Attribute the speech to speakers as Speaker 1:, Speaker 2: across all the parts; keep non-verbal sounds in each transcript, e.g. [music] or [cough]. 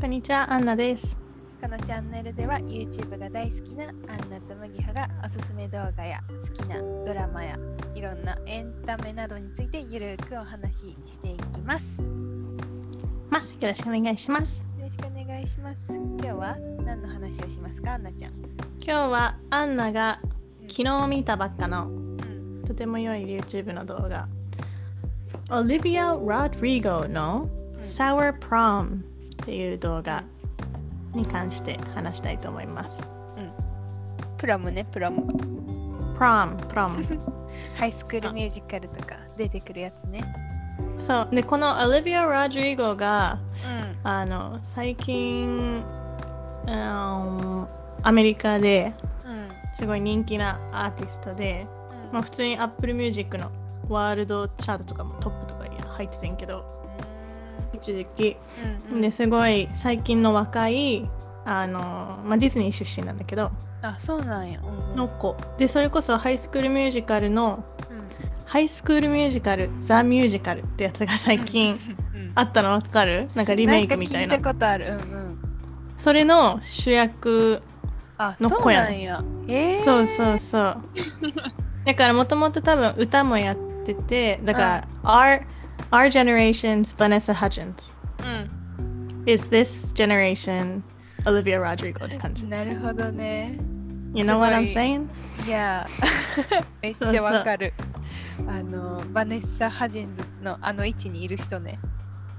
Speaker 1: こんにちは、アンナです。
Speaker 2: このチャンネルでは YouTube が大好きなアンナと麦葉がおすすめ動画や好きなドラマやいろんなエンタメなどについてゆるくお話ししていきます。よ
Speaker 1: ます。よろしくお願いします。
Speaker 2: ろしくお願いします。今日は何の話をしますか、アンナちゃん。
Speaker 1: 今日はアンナが昨日見たばっかの
Speaker 2: うん、
Speaker 1: とても良い YouTube の動画。Olivia Rodrigo の
Speaker 2: うん
Speaker 1: Sour Prom っていう動画に関して話したいと思います。
Speaker 2: プロムね、プロム。
Speaker 1: Prom、Prom。
Speaker 2: ハイスクー
Speaker 1: そう
Speaker 2: ルミュージカルとか出てくるやつね。
Speaker 1: そう。で、この Olivia Rodrigo が
Speaker 2: うん。
Speaker 1: あの最近、あのアメリカで
Speaker 2: うん。
Speaker 1: すごい人気なアーティストで、まあ、普通に Apple Music のワールドチャートとかもトップとかに入っててんけど一時期
Speaker 2: うん。うん。
Speaker 1: ですごい最近の若いあの、まあ、ディズニー出身なんだけど
Speaker 2: あ、そうなんや。うんうん
Speaker 1: の子でそれこそハイスクールミュージカルのハイスクールミュージカルザ・ミュージカルってやつが最近、
Speaker 2: うんうん
Speaker 1: あったのわかるなんかリメイクみたいなん
Speaker 2: か聞いたことある。うんうん。
Speaker 1: それの主役
Speaker 2: あ、
Speaker 1: の
Speaker 2: そう
Speaker 1: 子や
Speaker 2: なんんや。えー、
Speaker 1: そうそうそう
Speaker 2: [laughs]
Speaker 1: だからもともと多分歌もやっててだから、our, our generation's Vanessa Hudgens
Speaker 2: うん。
Speaker 1: is this generation Olivia Rodrigo って感じ
Speaker 2: なるほどね。
Speaker 1: You know what I'm
Speaker 2: すご
Speaker 1: saying?
Speaker 2: いや、 [laughs] めっちゃわかる。あの、バネッサ・ハジンズのあの位置にいる人ね。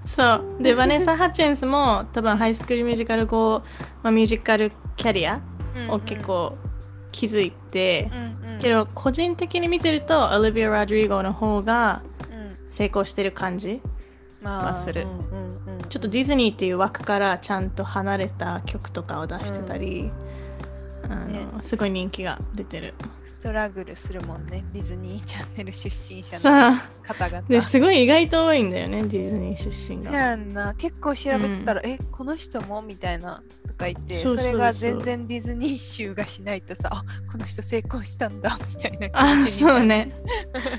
Speaker 1: そうでヴァネサ・ハチンスも多分ハイスクールミュージカル後、まあ、ミュージカルキャリアを結構築いて
Speaker 2: う、んうん。
Speaker 1: けど個人的に見てると Olivia Rodrigo の方が
Speaker 2: うん、
Speaker 1: 成功してる感じ
Speaker 2: ま
Speaker 1: はする
Speaker 2: うんうんうん
Speaker 1: ちょっとディズニーっていう枠からちゃんと離れた曲とかを出してたり、あの
Speaker 2: ね
Speaker 1: すごい人気が出てる。
Speaker 2: ストラグルするもんね。ディズニーチャンネル出身者の
Speaker 1: さあ
Speaker 2: 方々。
Speaker 1: ですごい意外と多いんだよねディズニー出身
Speaker 2: そ
Speaker 1: が。
Speaker 2: やんな結構調べてたら、えこの人もみたいなとか言って
Speaker 1: そうそうそう
Speaker 2: れが全然ディズニー集がしないとさあこの人成功したんだみたいな感
Speaker 1: あ
Speaker 2: じに
Speaker 1: そうね。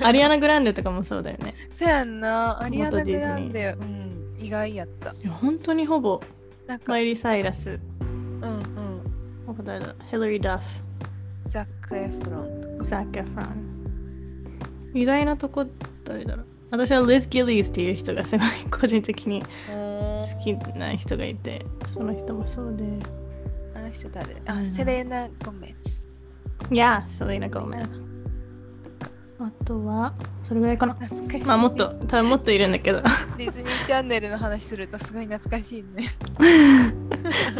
Speaker 1: アリアナ・グランデとかもそうだよね。
Speaker 2: そうやんなアリアナ・
Speaker 1: 元ディ
Speaker 2: グ
Speaker 1: ズニー
Speaker 2: ランデ、うん、意外やった
Speaker 1: いや本当にほぼ
Speaker 2: なんか
Speaker 1: マイリー・サイラス、
Speaker 2: うんうん。
Speaker 1: ほぼ誰だヘラリー・ダフ、
Speaker 2: ザック・エフロン。
Speaker 1: ザック・エフラン。意外なとこ誰だろう私はリズ・ギリーズっていう人がすごい個人的に好きな人がいてその人もそうで。
Speaker 2: あの人誰
Speaker 1: う
Speaker 2: あ、
Speaker 1: ん
Speaker 2: セレーナ・ゴメツ。
Speaker 1: Yeah, Selena Gomez. あとは、それぐらいかな。
Speaker 2: 懐かしい。
Speaker 1: まあもっと、多。分もっといるんだけど。 [laughs]
Speaker 2: ディズニーチャンネルの話するとすごい懐かしい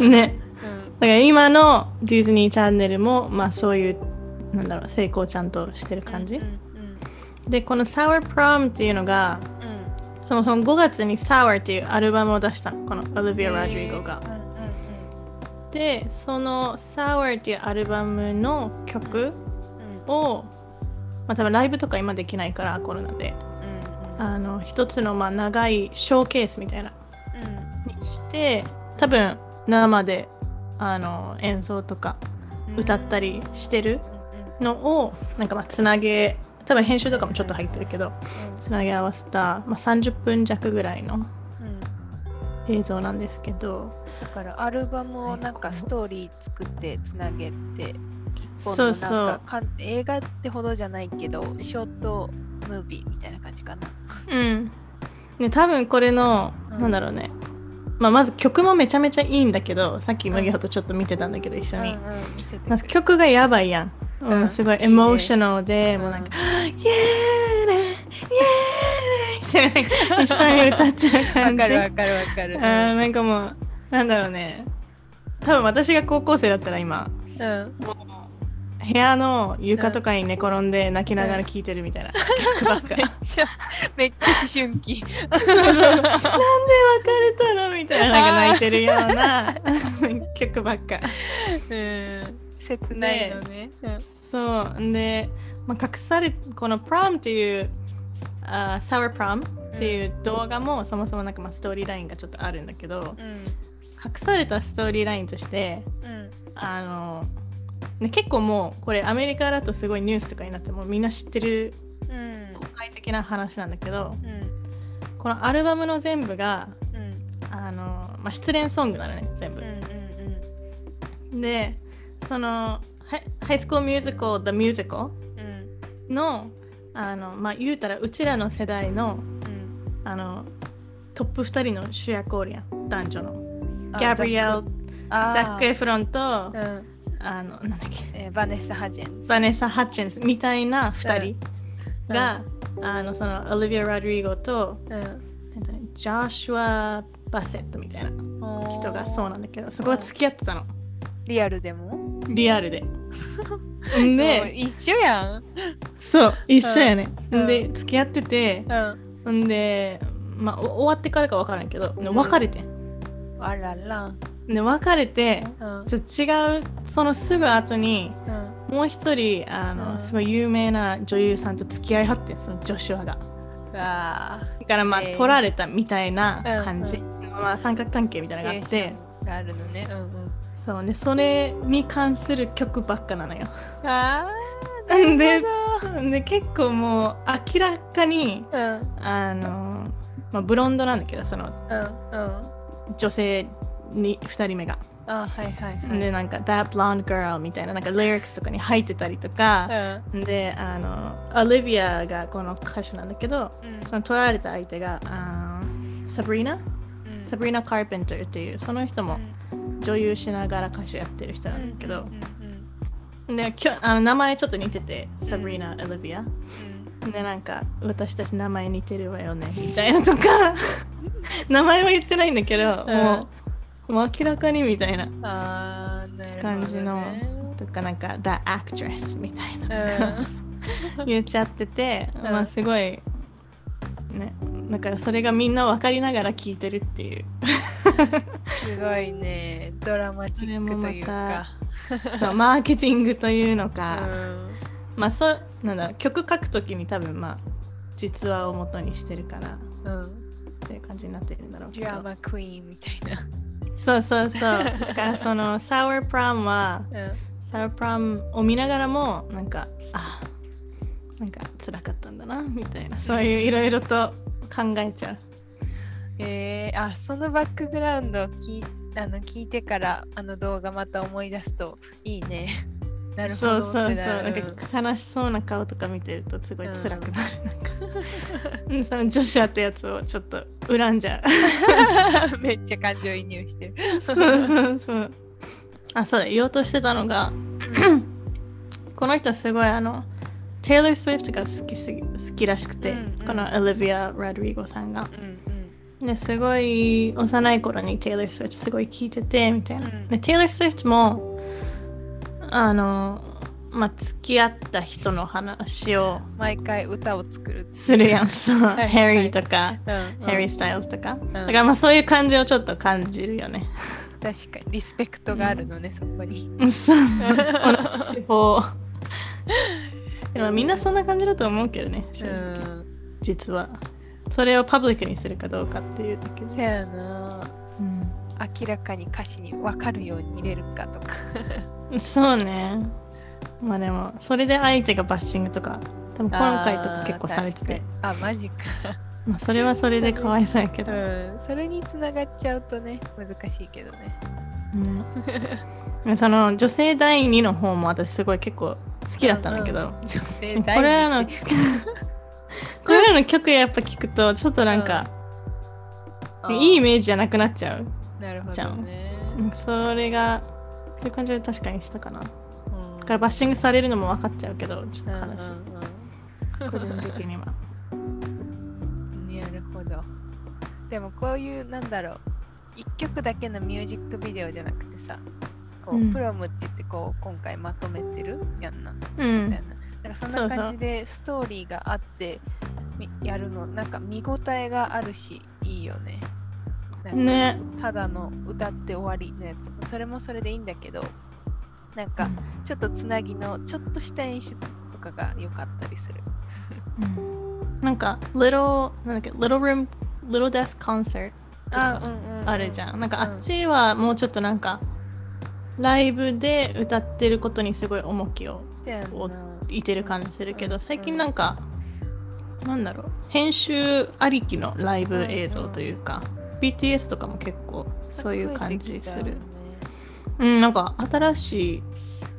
Speaker 2: ね。
Speaker 1: ね。
Speaker 2: うん。
Speaker 1: だから今のディズニーチャンネルも、まあそういう、なんだろう、成功ちゃんとしてる感じ。
Speaker 2: うん
Speaker 1: で、この Sour Prom っていうのが、
Speaker 2: うんうん。
Speaker 1: そもそも5月に Sour っていうアルバムを出したの、この
Speaker 2: え
Speaker 1: Olivia
Speaker 2: ー
Speaker 1: Rodrigo が
Speaker 2: う。ん
Speaker 1: で、その Sour っていうアルバムの曲
Speaker 2: うんうん。
Speaker 1: を、まあ多分ライブとか今できないから、コロナで。
Speaker 2: うん
Speaker 1: あの、一つのまあ長いショーケースみたいな。
Speaker 2: うんうん
Speaker 1: にして多分生であの演奏とか
Speaker 2: うん
Speaker 1: 歌ったりしてる
Speaker 2: うんうん
Speaker 1: のをなんかまあつなげ多分編集とかもちょっと入ってるけどつなげ合わせた、まあ、30分弱ぐらいの
Speaker 2: うんうん
Speaker 1: 映像なんですけど
Speaker 2: だからアルバムをなんかストーリー作ってつなげて一本
Speaker 1: そ
Speaker 2: の
Speaker 1: うそ
Speaker 2: なんか
Speaker 1: う、
Speaker 2: かん映画ってほどじゃないけどショートムービーみたいな感じかな。
Speaker 1: うんね、多分これの、
Speaker 2: うん
Speaker 1: なんだろうね、まあ、まず曲もめちゃめちゃいいんだけどさっき麦穂とちょっと見てたんだけど一緒
Speaker 2: うんう
Speaker 1: に、
Speaker 2: ん、見せてく
Speaker 1: ま
Speaker 2: れ
Speaker 1: ず曲がやばいやん、うん
Speaker 2: うん
Speaker 1: すごい
Speaker 2: いいね
Speaker 1: エモーショナルで、もうなんか
Speaker 2: か
Speaker 1: イエーイイエーイって一緒に歌っちゃう
Speaker 2: わ
Speaker 1: 感じ
Speaker 2: かるわかるわかる。
Speaker 1: あーなんかもうなんだろうね多分私が高校生だったら今
Speaker 2: うん。
Speaker 1: もう部屋の床とかに寝転んで泣きながら聴いてるみたいな曲ばっか
Speaker 2: [laughs] めっちゃめっちゃ思春期。
Speaker 1: そうそうなんで別れたのみたいななんか泣いてるような曲ばっか
Speaker 2: うん。切ないのね。うん
Speaker 1: そうで、まあ、隠されこの「prom」っていうあー「sour prom」っていう動画もそもそもなんかまあストーリーラインがちょっとあるんだけど
Speaker 2: うん
Speaker 1: 隠されたストーリーラインとして
Speaker 2: うん
Speaker 1: あの、ね、結構もうこれアメリカだとすごいニュースとかになってもうみんな知ってる
Speaker 2: うん
Speaker 1: 公開的な話なんだけど
Speaker 2: うん
Speaker 1: このアルバムの全部が
Speaker 2: うん
Speaker 1: あの、ままあ、失恋ソングなのね全部
Speaker 2: うん、うん
Speaker 1: でそのハイハイスクールミュージカル The Musical
Speaker 2: うんうん
Speaker 1: のあのまあ言うたらうちらの世代
Speaker 2: う
Speaker 1: の
Speaker 2: ん
Speaker 1: あのトップ2人の主役おるやん男女の
Speaker 2: あ
Speaker 1: ギャブリエル・ザッ
Speaker 2: ザッ
Speaker 1: ク・
Speaker 2: ク
Speaker 1: エフロンとあ
Speaker 2: あーうん
Speaker 1: のなんだっけ
Speaker 2: えーバネッサ・ハジェンズ
Speaker 1: バネッサ・ハッチンスみたいな2人
Speaker 2: うん
Speaker 1: が、あのそのオリビア・ロドリゴと
Speaker 2: うん
Speaker 1: なんだねジョシュア・バセットみたいな人がそうなんだけどそこは付き合ってたの
Speaker 2: リアルでも
Speaker 1: リアル
Speaker 2: [laughs]
Speaker 1: で。
Speaker 2: もう
Speaker 1: で
Speaker 2: 一緒やん
Speaker 1: そう一緒やね、
Speaker 2: うん
Speaker 1: で付き合ってて
Speaker 2: うん
Speaker 1: んでまあお終わってからか分からんけどで別れてん
Speaker 2: あらら
Speaker 1: で別れて
Speaker 2: うん
Speaker 1: ちょっと違うそのすぐ後に
Speaker 2: うん
Speaker 1: もう一人あの、
Speaker 2: うん
Speaker 1: すごい有名な女優さんと付き合いはってんそのジョシュアが
Speaker 2: うわあ
Speaker 1: だからまあ、
Speaker 2: へえ
Speaker 1: 取られたみたいな感じ、
Speaker 2: う
Speaker 1: まあ、三角関係みたいなのがあって
Speaker 2: があるのねうんうん
Speaker 1: そうねそれに関する曲ばっかなのよ
Speaker 2: あ
Speaker 1: ん
Speaker 2: ーな
Speaker 1: で
Speaker 2: るほ
Speaker 1: で結構もう明らかに
Speaker 2: どうん
Speaker 1: あの、まあ、ブロンドなんだけどその
Speaker 2: うんうん
Speaker 1: 女性に2人目が。
Speaker 2: あはいはいはい
Speaker 1: でなんか「That Blonde Girl」みたいななんかリリックスとかに入ってたりとか、であのオリビアがこの歌手なんだけど
Speaker 2: うん
Speaker 1: その取られた相手があーサブリーナ
Speaker 2: うんうん
Speaker 1: サブリーナ・カーペンターっていうその人も女優しながら歌手やってる人なんだけ
Speaker 2: う
Speaker 1: ど
Speaker 2: ん、うん
Speaker 1: できょあの名前ちょっと似ててサブリーナ・オリビアでなんか私たち名前似てるわよねみたいなとか [laughs] 名前は言ってないんだけど、
Speaker 2: うん
Speaker 1: もうもう明らかにみたいな
Speaker 2: うんあーなるほどね
Speaker 1: 感じのとかなんか「That actress」みたいな、言っちゃってて、
Speaker 2: ん
Speaker 1: まあすごいねだからそれがみんな分かりながら聞いてるって
Speaker 2: [laughs]
Speaker 1: いう
Speaker 2: すごいねドラマチックというか
Speaker 1: そうマーケティングというの
Speaker 2: う
Speaker 1: か、
Speaker 2: ん
Speaker 1: まあそうなんだろう曲書くときに多分まあ実話を元にしてるから
Speaker 2: うん
Speaker 1: っていう感じになってるんだろうけ
Speaker 2: ドラ
Speaker 1: ど
Speaker 2: マクイーンみたい
Speaker 1: そうそ
Speaker 2: [laughs]
Speaker 1: うそうだからその「サワープラム」は「
Speaker 2: なうん
Speaker 1: サラプラムを見ながらもなんかあなんか辛かったんだなみたいなそういういろいろと考えちゃう
Speaker 2: えー、あそのバックグラウンドを聞いあの聞いてからあの動画また思い出すといいね。 [laughs] なるほ
Speaker 1: そ
Speaker 2: ど
Speaker 1: うそうそう
Speaker 2: ってな
Speaker 1: な
Speaker 2: る
Speaker 1: んか悲しそうな顔とか見てるとすごい辛くなる、なんかうんそのジョシュアってやつをちょっと恨んじゃ
Speaker 2: うん [laughs] めっちゃ感情移入してる。
Speaker 1: うそうそうそうあそうだ言おうとしてたのがこの人すごいあの Taylor Swift が好きすぎ好きらしくて、
Speaker 2: うんうん
Speaker 1: この Olivia Rodrigo さんが
Speaker 2: うん
Speaker 1: ですごい幼い頃に Taylor Swift すごい聴いててみたいな。
Speaker 2: うん
Speaker 1: で Taylor Swift もあの、まあ、付き合った人の話を
Speaker 2: うん、毎回歌を作る。
Speaker 1: するやん。そう、
Speaker 2: い
Speaker 1: ヘリーとか、
Speaker 2: うんうん
Speaker 1: ヘリー・スタイルズとか。
Speaker 2: ん
Speaker 1: だからまあそういう感じをちょっと感じるよ
Speaker 2: [laughs]
Speaker 1: ね。
Speaker 2: 確かにリスペクトがあるのね、そこに。
Speaker 1: そうそう。同じ方でもみんなそんな感じだと思うけどね、正
Speaker 2: う
Speaker 1: 直、
Speaker 2: ん。
Speaker 1: 実は。それをパブリックにするかどうかっていうだけ
Speaker 2: せ
Speaker 1: で。
Speaker 2: やな。
Speaker 1: うん
Speaker 2: 明らかに歌詞に分かるように入れるかとか。
Speaker 1: そうね。まあでも、それで相手がバッシングとか、多分今回とか結構されてて、
Speaker 2: あー。確かにあ、マジか。
Speaker 1: まあ、それはそれでかわいそうやけど。
Speaker 2: うん。それにつながっちゃうとね、難しいけど
Speaker 1: [laughs]
Speaker 2: ね。
Speaker 1: ねその女性第二の方も私すごい結構好きだったんだけど、
Speaker 2: う女性
Speaker 1: [laughs] こ
Speaker 2: 大
Speaker 1: れらのこれらの曲やっぱ聞くとちょっとなんか、いいイメージじゃなくなっちゃう
Speaker 2: なるほ
Speaker 1: じゃ
Speaker 2: ど
Speaker 1: ん
Speaker 2: ね。
Speaker 1: うんそれがそういう感じで確かにしたかなだ
Speaker 2: うん
Speaker 1: からバッシングされるのも分かっちゃうけどちょっと悲しい、
Speaker 2: うん
Speaker 1: 個人的には
Speaker 2: うんうんなるほど。でもこういうなんだろう一曲だけのミュージックビデオじゃなくてさ、こう
Speaker 1: うん
Speaker 2: プロムって言ってこう今回まとめてるやんなみ
Speaker 1: う
Speaker 2: たい
Speaker 1: ん
Speaker 2: な。なんかそん
Speaker 1: そ
Speaker 2: な
Speaker 1: うそう
Speaker 2: 感じでストーリーがあってみやるのなんか見応えがあるしいいよね。なんか
Speaker 1: ね
Speaker 2: ただの歌って終わりのやつそれもそれでいいんだけどなんかちょっとつなぎのちょっとした演出とかが良かったりする。
Speaker 1: なんか、Little, なんだっけ、Little Room, Little Desk Concert と
Speaker 2: あ、う
Speaker 1: か
Speaker 2: んうん、
Speaker 1: あるじゃん。なんか、
Speaker 2: うん
Speaker 1: あっちはもうちょっとなんか、ライブで歌ってることにすごい重きを
Speaker 2: せやんな。
Speaker 1: お置いてる感じするけ
Speaker 2: う
Speaker 1: ど、
Speaker 2: ん
Speaker 1: 最近なんか、なんだろう、編集ありきのライブ映像というか、BTS とかも結構そういう感じする。うん、なんか新しい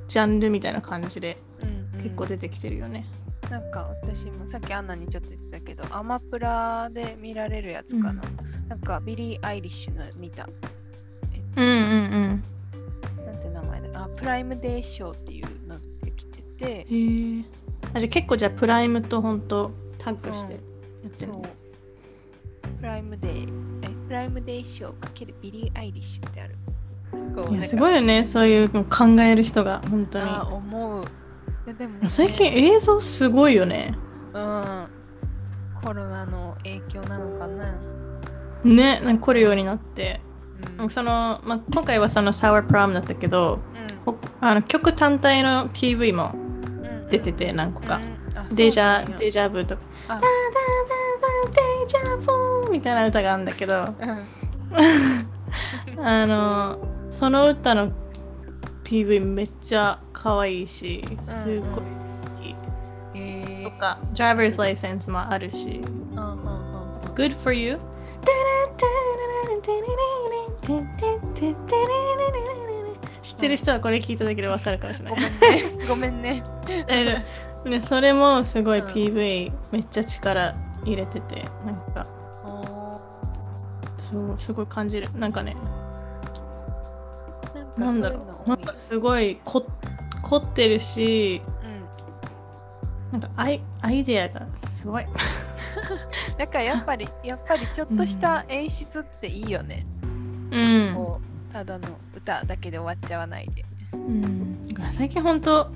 Speaker 1: ジャンルみたいな感じで結構出てきてるよね。
Speaker 2: なんか私もさっきアンナにちょっと言ってたけどアマプラで見られるやつかな、なんかビリー・アイリッシュの見た
Speaker 1: うんうん
Speaker 2: なんて名前だあプライムデー賞っていうのできてて
Speaker 1: うん。へえ。あじゃあ結構じゃあプライムと本当タッグしてやって
Speaker 2: そ
Speaker 1: る
Speaker 2: う
Speaker 1: の。
Speaker 2: プライムデーえプライムデー賞かけるビリー・アイリッシュってあるこう
Speaker 1: い
Speaker 2: なん
Speaker 1: や
Speaker 2: か
Speaker 1: すごいよねそういうの考える人が本当
Speaker 2: あ
Speaker 1: に。
Speaker 2: 思ういやでもね、
Speaker 1: 最近映像すごいよね。
Speaker 2: うんコロナの影響なのかな、
Speaker 1: ねなんか来るようになって。
Speaker 2: うん
Speaker 1: そのまあ、今回はその Sour Prom だったけどほあの曲単体の PV も
Speaker 2: うん
Speaker 1: 出てて何個か。
Speaker 2: うんあ
Speaker 1: デジャ
Speaker 2: そうなんや
Speaker 1: デジャブとか「ダ
Speaker 2: あ
Speaker 1: ダダダデジャブ」みたいな歌があるんだ
Speaker 2: [laughs]
Speaker 1: けどあのその歌の PV めっちゃ可愛いしすごい好
Speaker 2: う
Speaker 1: き、
Speaker 2: んえー
Speaker 1: とか「Driver's License」もあるし
Speaker 2: うんうんうん
Speaker 1: 「Good for You」知ってる人はこれ聞いただけでわかるかもしれない
Speaker 2: [laughs] ごめんね。ごめんね。
Speaker 1: 大丈夫ね、それもすごい
Speaker 2: うん
Speaker 1: PV めっちゃ力入れててなんか
Speaker 2: [laughs] お
Speaker 1: そうすごい感じるなんかね
Speaker 2: ーなんかそう
Speaker 1: なんだろ
Speaker 2: いうの
Speaker 1: うなんかすごいこ凝ってるし
Speaker 2: うん。
Speaker 1: なんかアイアイデアがすごい
Speaker 2: だからやっぱり、やっぱりちょっとした演出っていいよね。
Speaker 1: うん、
Speaker 2: こうただの歌だけで終わっちゃわないで。
Speaker 1: うん、だから最近ほんと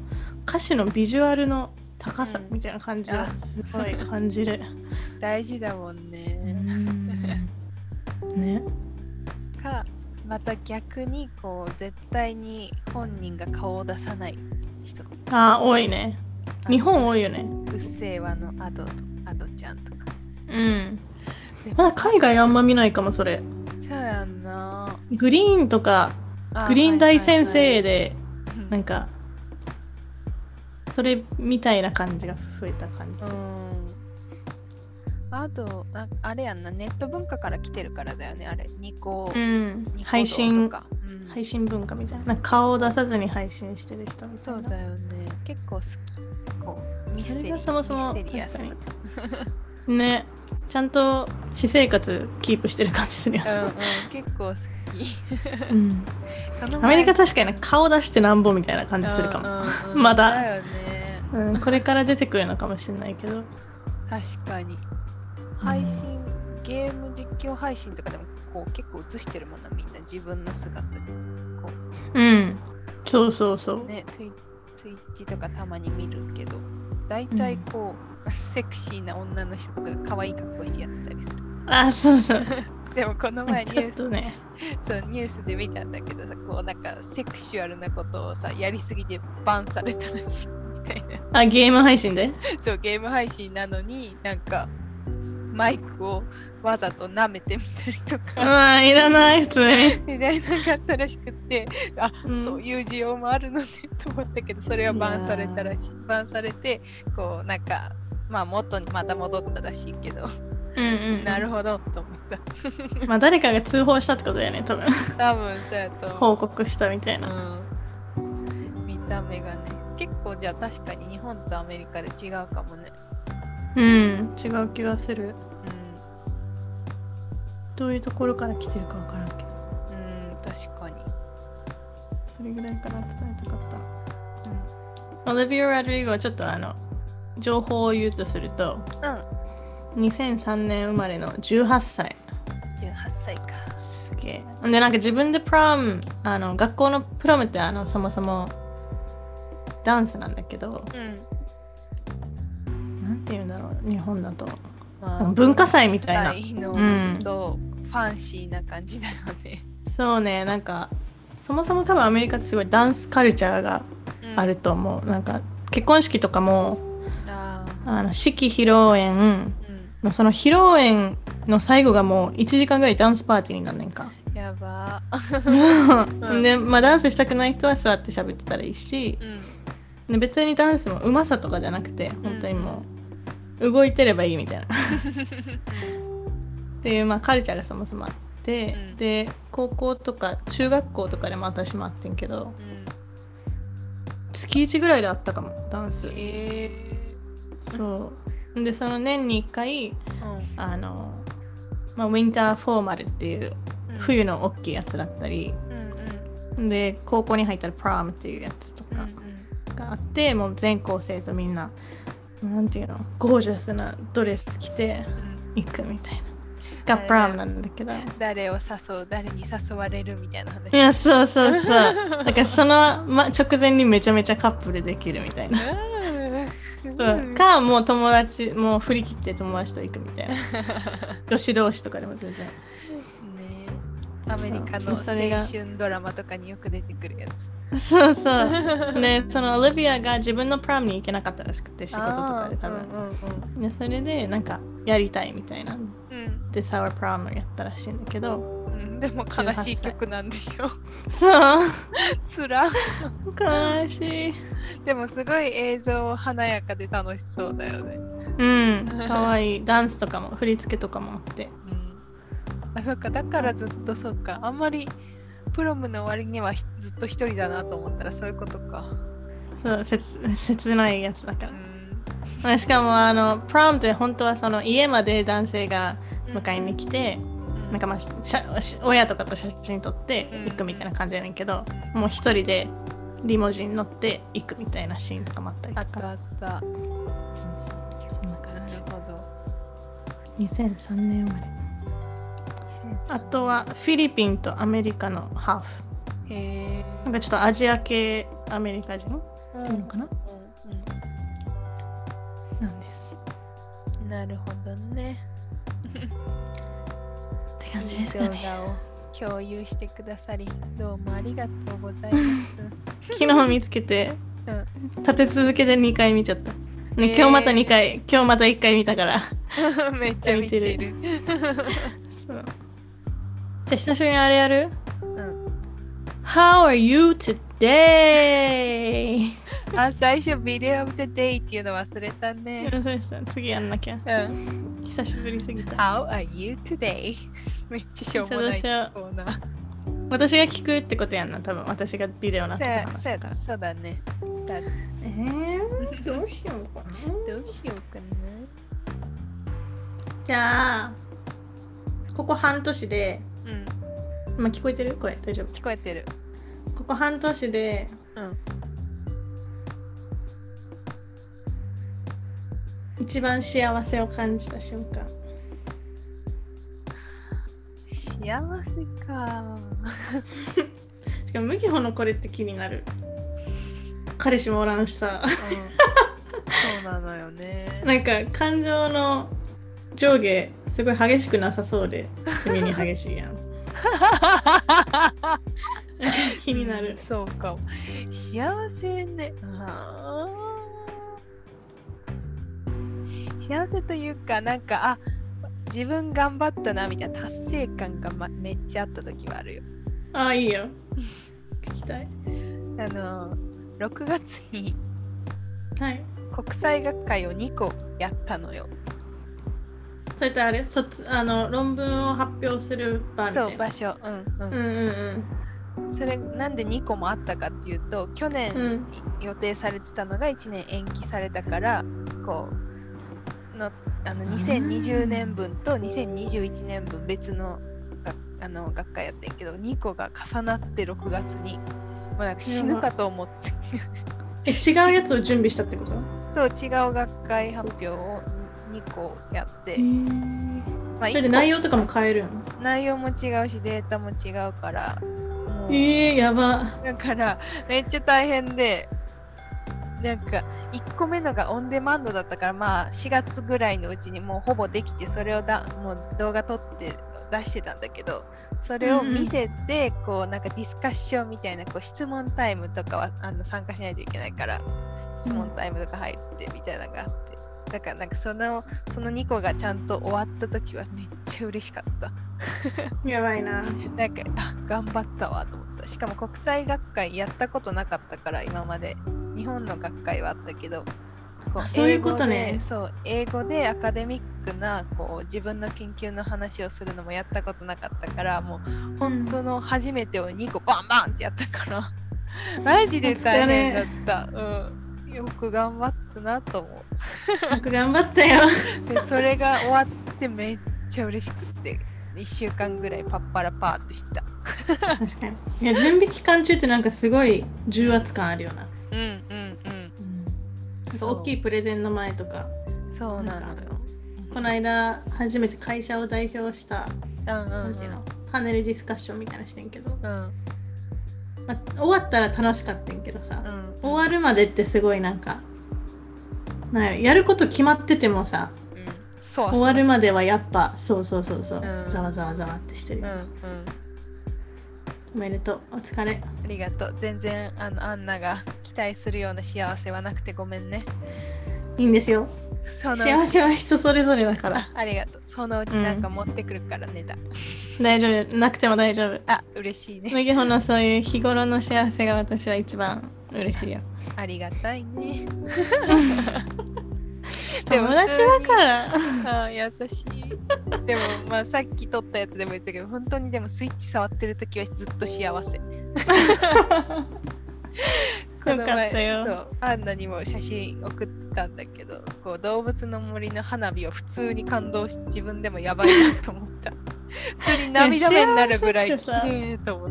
Speaker 1: 歌詞のビジュアルの高さ
Speaker 2: うん
Speaker 1: みたいな感じを
Speaker 2: あ
Speaker 1: すごい感じる、
Speaker 2: 大事だもん
Speaker 1: う
Speaker 2: ね。
Speaker 1: ん、
Speaker 2: [laughs]
Speaker 1: ね
Speaker 2: か、また逆にこう、絶対に本人が顔を出さない人。
Speaker 1: あー多いね日本多いよね
Speaker 2: うっせぇわのアドと、アドちゃんとか。
Speaker 1: うん
Speaker 2: でも
Speaker 1: まだ海外あんま見ないかもそれ
Speaker 2: そうやんな。
Speaker 1: グリーンとか
Speaker 2: あ
Speaker 1: グリーン大先生。で
Speaker 2: はいはいはい
Speaker 1: なんかそれみたいな感じが増えた感じ
Speaker 2: う
Speaker 1: する、
Speaker 2: んあとああれやんなネット文化から来てるからだよねあれニコ、ニコ動とか
Speaker 1: 配信
Speaker 2: うん
Speaker 1: 配信文化みたいななんか顔を出さずに配信してる人みた
Speaker 2: そ
Speaker 1: いうな
Speaker 2: だよね結構好きこうミス
Speaker 1: そ
Speaker 2: テ
Speaker 1: れ
Speaker 2: リー
Speaker 1: がそもそも
Speaker 2: ミステリア
Speaker 1: 確
Speaker 2: ス
Speaker 1: かにねちゃんと私生活キープしてる感じするよ
Speaker 2: う
Speaker 1: ね、
Speaker 2: んうん結構好き
Speaker 1: うん
Speaker 2: その前
Speaker 1: アメリカ確かに顔出してなんぼみたいな感じするかも、
Speaker 2: うんうんうん
Speaker 1: [laughs] まだ
Speaker 2: だよね
Speaker 1: うん、これから出てくるのかもしれないけど
Speaker 2: 確かに配信ゲーム実況配信とかでもこう結構映してるもんなみんな自分の姿で
Speaker 1: うんそうそうそう、
Speaker 2: ね、ツイツイッチとかたまに見るけど、大体こう、 [laughs] セクシーな女の人とかが可愛い格好してやってたりする。
Speaker 1: あそう
Speaker 2: [laughs]
Speaker 1: そう
Speaker 2: でもこの前ニ
Speaker 1: ちょ
Speaker 2: ュ
Speaker 1: っ
Speaker 2: ース、
Speaker 1: とね
Speaker 2: そうニュースで見たんだけどさ、こうなんかセクシュアルなことをさ、やりすぎてバンされたらしいみたいな。 [laughs]
Speaker 1: あゲーム配信で
Speaker 2: そう、ゲーム配信なのになんかマイクをわざと舐めてみたりとか。
Speaker 1: まあいらない普通に、
Speaker 2: みたいなのがあったらしくって、あ、
Speaker 1: うん
Speaker 2: そういう需要もあるのねと思ったけどそれはバンされたらしいバンされてこうなんかまあ元にまた戻ったらしいけど、
Speaker 1: うんうん、
Speaker 2: なるほどと思
Speaker 1: [laughs]
Speaker 2: った
Speaker 1: まあ誰かが通報したってことだよね多 [laughs] 分
Speaker 2: 多分そうやと思う
Speaker 1: 報告したみたいな
Speaker 2: うん、見た目がね結構じゃあ確かに日本とアメリカで違うかもね
Speaker 1: うん違う気がする
Speaker 2: う
Speaker 1: どういうところから来てるかわからんけど
Speaker 2: ん、うん、確かに、
Speaker 1: それぐらいから伝えたかっ
Speaker 2: うん、
Speaker 1: たオリビア・ロドリゴはちょっとあの情報を言うとすると、2003年生まれの18歳
Speaker 2: 18歳か
Speaker 1: すげえでなんか自分でプロムあの学校のプロムってあのそもそもダンスなんだけど
Speaker 2: うん
Speaker 1: なんて言うんだろう日本だと
Speaker 2: ま
Speaker 1: 文化祭みたいな
Speaker 2: 文化祭の、
Speaker 1: うん
Speaker 2: とファンシーな感じだよね、
Speaker 1: そうねなんかそもそも多分アメリカってすごいダンスカルチャーが
Speaker 2: うん
Speaker 1: あると思う、なんか結婚式とかも
Speaker 2: あ
Speaker 1: あの式披露宴
Speaker 2: ーう
Speaker 1: のその披露宴の最後がもう1時間ぐらいダンスパーティーになんねんか、
Speaker 2: んやばん
Speaker 1: で、まあ、ダンスしたくない人は座って喋ってたらいいし
Speaker 2: うん
Speaker 1: で別にダンスもうまさとかじゃなくて本当にも
Speaker 2: [laughs]
Speaker 1: う動いてればいいみたいなっていう、まあ、カルチャーがそもそもあっで、
Speaker 2: うん
Speaker 1: で高校とか中学校とかでも私もあってんけど
Speaker 2: うん
Speaker 1: 月1ぐらいであったかもダンス
Speaker 2: え
Speaker 1: そうでその年に1回
Speaker 2: ー
Speaker 1: あの、まあ、ウィンターフォーマルっていう
Speaker 2: うん
Speaker 1: 冬の大きいやつだったり
Speaker 2: うんうん
Speaker 1: で高校に入ったらプラムっていうやつと
Speaker 2: うんう
Speaker 1: か
Speaker 2: ん
Speaker 1: があって、もう全校生とみんななんていうのゴージャスなドレス着て
Speaker 2: うん
Speaker 1: 行くみたいながプラムなんだけどい
Speaker 2: 誰を誘う誰に誘われるみたいな話
Speaker 1: やそうそうそうだからその、ま、直前にめちゃめちゃカップルできるみたいな
Speaker 2: う
Speaker 1: そうかもう友達もう振り切って友達と行くみ [laughs] たいな女子同士とかでも全然
Speaker 2: ねアメリカの
Speaker 1: そうそれが
Speaker 2: 青春ドラマとかによく出てくるやつ。
Speaker 1: そう [laughs] そうねそのオリビアが自分のプラムに行けなかったらしくて仕事とかで多
Speaker 2: あー
Speaker 1: 分、でそれでなんかやりたいみたいなん
Speaker 2: うんうん
Speaker 1: でサワープラムやったらしいんだけど
Speaker 2: うんうんでも悲しい曲なんでし [laughs] ょ。
Speaker 1: そう
Speaker 2: つら。
Speaker 1: 悲しい
Speaker 2: でもすごい映像華やかで楽しそうだよね。
Speaker 1: うん [laughs] かわいいダンスとかも振り付けとかもあっ
Speaker 2: う
Speaker 1: て
Speaker 2: ん、あそっかだからずっとそっかあんまりプロムの終わりにはひずっと一人だなと思ったらそういうことか。
Speaker 1: そう切切ないやつだか
Speaker 2: う
Speaker 1: ら
Speaker 2: ん
Speaker 1: まあしかもあのプラムって本当はその家まで男性が迎えに来て、
Speaker 2: うん
Speaker 1: なんかまあし写し親とかと写真撮って
Speaker 2: うん
Speaker 1: 行くみたいな感じやねんけど、もう一人でリモジン乗って行くみたいなシーンとかもあったり
Speaker 2: あ
Speaker 1: と
Speaker 2: った
Speaker 1: か
Speaker 2: あった。
Speaker 1: そうそうそん
Speaker 2: な
Speaker 1: な感
Speaker 2: る
Speaker 1: じ
Speaker 2: ほど。
Speaker 1: 2003年生まれあとはフィリピンとアメリカのハーフ
Speaker 2: へえ。
Speaker 1: なんかちょっとアジア系アメリカ人
Speaker 2: う
Speaker 1: っていうの
Speaker 2: ん
Speaker 1: か
Speaker 2: う
Speaker 1: な
Speaker 2: ん
Speaker 1: なんです
Speaker 2: なるほどね。
Speaker 1: って感じです
Speaker 2: い
Speaker 1: か
Speaker 2: い動
Speaker 1: ね
Speaker 2: 画を共有してくださり、どうもありがとうございます。
Speaker 1: 昨日見つけて [laughs]
Speaker 2: うん
Speaker 1: 立て続けで2回見ちゃった、ね
Speaker 2: えー
Speaker 1: 今日また2回今日また1回見たから
Speaker 2: [laughs] めっちゃ見てる。
Speaker 1: そうじゃあ久しぶりにあれやる
Speaker 2: うん、
Speaker 1: How are you today?
Speaker 2: あ、最初、ビデオオブ・ザ・デイっていうの忘れたね。
Speaker 1: 次やんなきゃ。
Speaker 2: うん、
Speaker 1: 久しぶりすぎた。
Speaker 2: How are you today? めっちゃしょうもないコーナー。
Speaker 1: 私が聞くってことやんな、多分私がビデオなって話
Speaker 2: そう
Speaker 1: だ
Speaker 2: や
Speaker 1: から。
Speaker 2: そうだね。だ
Speaker 1: えー、どうしようかな。
Speaker 2: どうしようかな。
Speaker 1: じゃあ、ここ半年で、
Speaker 2: うん、
Speaker 1: まあ、聞こえてる声大丈夫。
Speaker 2: 聞こえてる。
Speaker 1: ここ半年で、
Speaker 2: うん
Speaker 1: 一番幸せを感じた瞬間。
Speaker 2: 幸せか。
Speaker 1: [laughs] しかも麦穂のこれって気になる彼氏もおらんしさ
Speaker 2: そうなのよね。
Speaker 1: なんか感情の上下すごい激しくなさそうで地味に激しいやん [laughs] 気にな
Speaker 2: う
Speaker 1: る
Speaker 2: んそうかも。幸せね。あー幸せというか、なんか、あ自分頑張ったなみたいな達成感が、ま、めっちゃあった時はあるよ。
Speaker 1: ああいいよ聞きたい
Speaker 2: あの、6月に
Speaker 1: はい
Speaker 2: 国際学会を2個やったのよ。
Speaker 1: それとあれ卒あの論文を発表する場みた
Speaker 2: そう、
Speaker 1: いな
Speaker 2: 場所。うんうん。
Speaker 1: うんうん
Speaker 2: それ、なんで2個もあったかっていうと、去年、
Speaker 1: うんうん
Speaker 2: 予定されてたのが1年延期されたからこうのあの
Speaker 1: ー
Speaker 2: 2020年分と2021年分別のがあの学科やってんけど2個が重なって6月にもうなんか死ぬかと思って
Speaker 1: え違うやつを準備したってこと
Speaker 2: そう違う学会発表を2個やって、まあ、
Speaker 1: それで
Speaker 2: 1
Speaker 1: 内容とかも変えるん
Speaker 2: 個内容も違うしデータも違うからもう
Speaker 1: えー、やば
Speaker 2: だからめっちゃ大変でなんか1個目のがオンデマンドだったからまあ4月ぐらいのうちにもうほぼできてそれをだもう動画撮って出してたんだけどそれを見せてこうなんかディスカッションみたいなこう質問タイムとかはあの参加しないといけないから質問タイムとか入ってみたいなのがあってだからなんかそのその2個がちゃんと終わった時はめっちゃ嬉しかった。
Speaker 1: やばいな
Speaker 2: [laughs] なんかあ頑張ったわと思ったしかも国際学会やったことなかったから今まで日本の学会はあったけどこ
Speaker 1: あそういうことね
Speaker 2: 英語でそう英語でアカデミックなこう自分の研究の話をするのもやったことなかったからもう本当の初めてを2個バンバンってやったからマジで大変だった、うん、よく頑張ったなと思
Speaker 1: よく頑張ったよ。
Speaker 2: うでそれが終わってめっちゃ嬉しくって1週間ぐらいパッパラパーってしてた
Speaker 1: 確かに。いや、準備期間中ってなんかすごい重圧感あるよな。
Speaker 2: うんうんうん
Speaker 1: なんか大きいプレゼンの前とか。
Speaker 2: そうな
Speaker 1: な
Speaker 2: の
Speaker 1: んか
Speaker 2: よ
Speaker 1: この間、初めて会社を代表した、
Speaker 2: うん
Speaker 1: なんていうの、パネルディスカッションみたいなのしてんけど、
Speaker 2: うんうん
Speaker 1: まあ、終わったら楽しかったんけどさ、
Speaker 2: うん
Speaker 1: 終わるまでってすごいなんか、なんやろやること決まっててもさ、
Speaker 2: うんそう
Speaker 1: 終わるまではやっぱ、そうそうそうそう
Speaker 2: うん、
Speaker 1: ざわざわざわってしてる。
Speaker 2: うんうん
Speaker 1: おめでとう、お疲れ。
Speaker 2: ありがとう。全然あのアンナが期待するような幸せはなくてごめんね。
Speaker 1: いいんですよ。
Speaker 2: その
Speaker 1: 幸せは人それぞれだから。
Speaker 2: ありがとう。そのうちなんか持ってくるからねだ。
Speaker 1: 大丈夫、なくても大丈夫。
Speaker 2: あ、嬉しいね。
Speaker 1: 麦穂のそういう日頃の幸せが私は一番嬉しいよ。
Speaker 2: ありがたい [laughs] ね。でも
Speaker 1: 友達だから。
Speaker 2: ら。あ優しい。でもまあさっき撮ったやつでも言ってたけど、本当にでもスイッチ触ってる時はずっと
Speaker 1: [laughs]
Speaker 2: 幸せ。この
Speaker 1: よかった
Speaker 2: 前
Speaker 1: よ
Speaker 2: そうアンナにも写真送ってたんだけどこう動物の森の花火を普通に感動して自分でもやばいなと思った [laughs] 普通に涙目になるぐらい
Speaker 1: いや
Speaker 2: 綺
Speaker 1: 幸せってさ
Speaker 2: 麗と思っ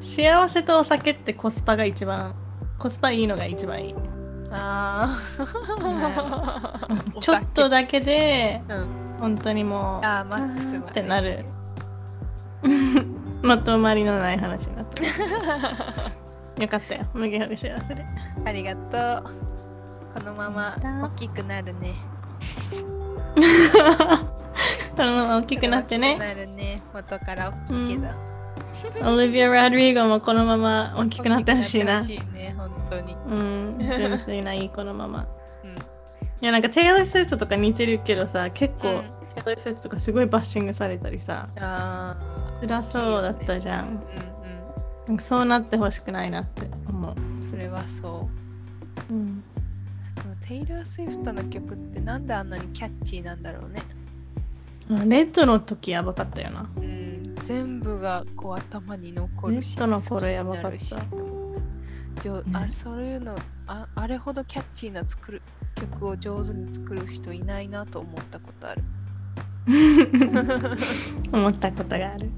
Speaker 1: 幸せとお酒ってコスパが一番、コスパいいのが一番いい。
Speaker 2: たあー [laughs] お
Speaker 1: ちょ
Speaker 2: 酒
Speaker 1: っとだけで、
Speaker 2: うん
Speaker 1: 本当にもう、
Speaker 2: あーマックスまで
Speaker 1: ってなる。 [laughs] まとまりのない話に
Speaker 2: [laughs]
Speaker 1: なった。よかったよ。麦穂が幸せで。
Speaker 2: ありがとうこのまま
Speaker 1: また
Speaker 2: 大きくなるね
Speaker 1: このまま大きくなって
Speaker 2: 大
Speaker 1: ね
Speaker 2: き。 [laughs] くなるね元から大きいけど、
Speaker 1: オリビア・ロドリゴもこのまま大きくなってほしいな
Speaker 2: 大。きくなってほしいね本当に
Speaker 1: うん、純粋ないい子のまま。
Speaker 2: うん
Speaker 1: いやなんか手が出しする人とか似てるけどさ結
Speaker 2: う
Speaker 1: 構手が出しする人とかすごいバッシングされたりさ
Speaker 2: んあ
Speaker 1: 辛そうだったじゃん
Speaker 2: ーうんうん
Speaker 1: なんかそうなってほしくないなって思う、
Speaker 2: それはそう
Speaker 1: うん、
Speaker 2: でもテイラー・スウィフトの曲ってなんであんなにキャッチーなんだろうね。
Speaker 1: あレッドの時やばかったよな
Speaker 2: うん、全部がこう頭に残るし。
Speaker 1: ネットの頃やばかった
Speaker 2: 好きになるしと思ってじょあ
Speaker 1: ね
Speaker 2: そういうのあ、あれほどキャッチーな作る曲を上手に作る人いないなと思ったことある。
Speaker 1: 思ったことがある、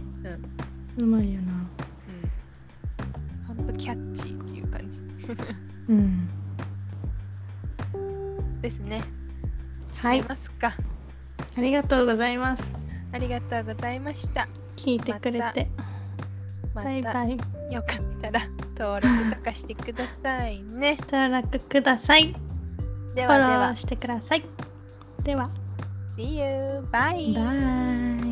Speaker 1: うまいよな
Speaker 2: うん、ほんとキャッチーっていう感じ
Speaker 1: うん
Speaker 2: ですね。
Speaker 1: は
Speaker 2: 締
Speaker 1: い
Speaker 2: めますか。
Speaker 1: ありがとうございます
Speaker 2: ありがとうございました。
Speaker 1: 聞いてくれて、
Speaker 2: ま
Speaker 1: バイ
Speaker 2: た
Speaker 1: バイ
Speaker 2: よかったら登録とかしてくださいね。
Speaker 1: 登録ください
Speaker 2: で
Speaker 1: フ
Speaker 2: はで
Speaker 1: ォロ
Speaker 2: は
Speaker 1: ー。してくださいでは
Speaker 2: See you. Bye.
Speaker 1: バイ